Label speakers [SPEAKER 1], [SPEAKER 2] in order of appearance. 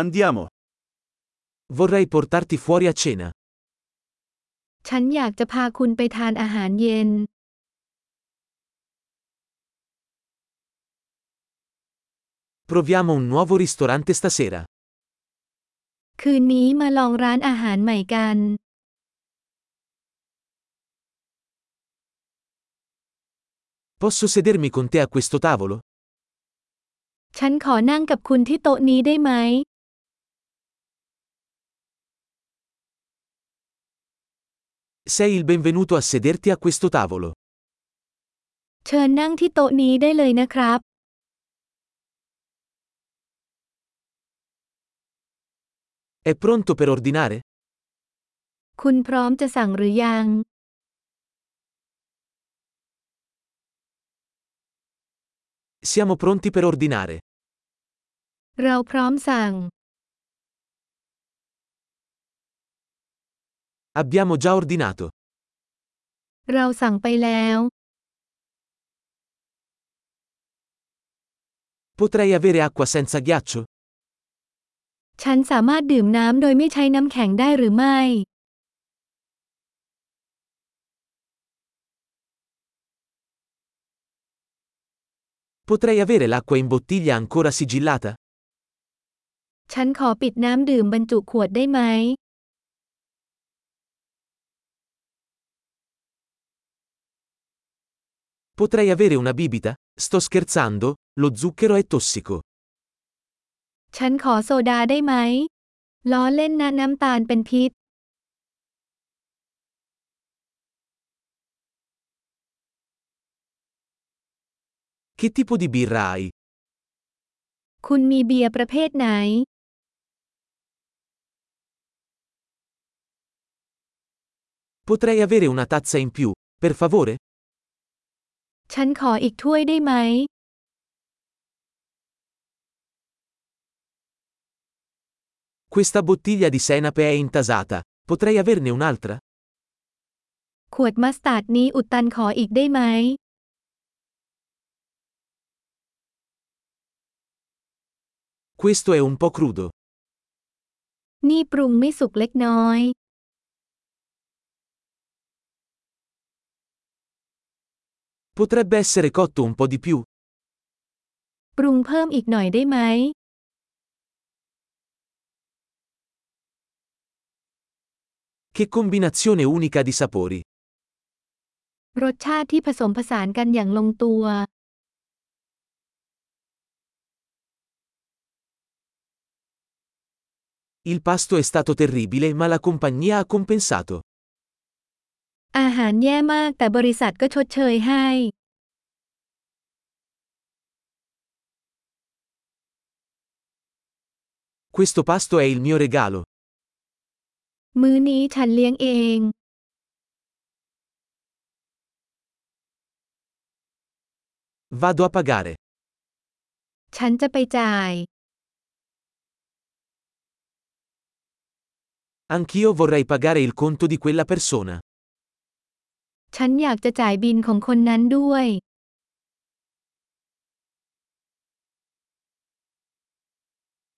[SPEAKER 1] Andiamo. Vorrei portarti fuori a cena.
[SPEAKER 2] ฉันอยากจะพาคุณไปทานอาหารเย็น
[SPEAKER 1] Proviamo un nuovo ristorante stasera.
[SPEAKER 2] คืนนี้มาลองร้านอาหารใหม่กัน
[SPEAKER 1] Posso sedermi con te a questo tavolo?
[SPEAKER 2] ฉันขอนั่งกับคุณที่โต๊ะนี้ได้ไหม
[SPEAKER 1] Sei il benvenuto a sederti a questo tavolo.
[SPEAKER 2] เชิญนั่งที่โต๊ะนี้ได้เลยนะครับ
[SPEAKER 1] È pronto per ordinare?
[SPEAKER 2] คุณพร้อมจะสั่งหรือยัง
[SPEAKER 1] Siamo pronti per ordinare.
[SPEAKER 2] เราพร้อมสั่ง
[SPEAKER 1] Abbiamo già ordinato.
[SPEAKER 2] เราสั่งไปแล้ว
[SPEAKER 1] Potrei avere acqua senza ghiaccio?
[SPEAKER 2] ฉันสามารถดื่มน้ำโดยไม่ใช้น้ำแข็งได้หรือไม่
[SPEAKER 1] Potrei avere l'acqua in bottiglia ancora sigillata?
[SPEAKER 2] ฉันขอปิดน้ำดื่มบรรจุขวดได้ไหม
[SPEAKER 1] Potrei avere una bibita? Sto scherzando, lo zucchero è tossico.
[SPEAKER 2] ฉันขอโซดาได้ไหม ล้อเล่นนะน้ำตาลเป็นพิษ
[SPEAKER 1] Che tipo di birra hai?
[SPEAKER 2] คุณมีเบียร์ประเภทไหน
[SPEAKER 1] Potrei avere una tazza in più, per favore?
[SPEAKER 2] ฉันขออีกถ้วยได้ไหม
[SPEAKER 1] Questa bottiglia di senape è intasata. Potrei averne un'altra?
[SPEAKER 2] ขวดมัสตาร์ดนี้อุดตันขออีกได้ไหม
[SPEAKER 1] Questo è un po' crudo.
[SPEAKER 2] นี่ปรุงไม่สุกเล็กน้อย
[SPEAKER 1] Potrebbe essere cotto un po' di più.
[SPEAKER 2] ปรุงเพิ่มอีกหน่อยได้ไหม
[SPEAKER 1] Che combinazione unica di sapori.
[SPEAKER 2] รสชาติที่ผสมผสานกันอย่างลงตัว
[SPEAKER 1] Il pasto è stato terribile, ma la compagnia ha compensato.
[SPEAKER 2] อาหารแย่มากแต่บริษัทก็ชดเชยให้
[SPEAKER 1] Questo pasto è il mio regalo.
[SPEAKER 2] มื้อนี้ฉันเลี้ยงเอง
[SPEAKER 1] Vado a pagare.
[SPEAKER 2] ฉันจะไปจ่าย
[SPEAKER 1] Anch'io vorrei pagare il conto di quella persona.
[SPEAKER 2] ฉันอยากจะจ่ายบินของคนนั้นด้วย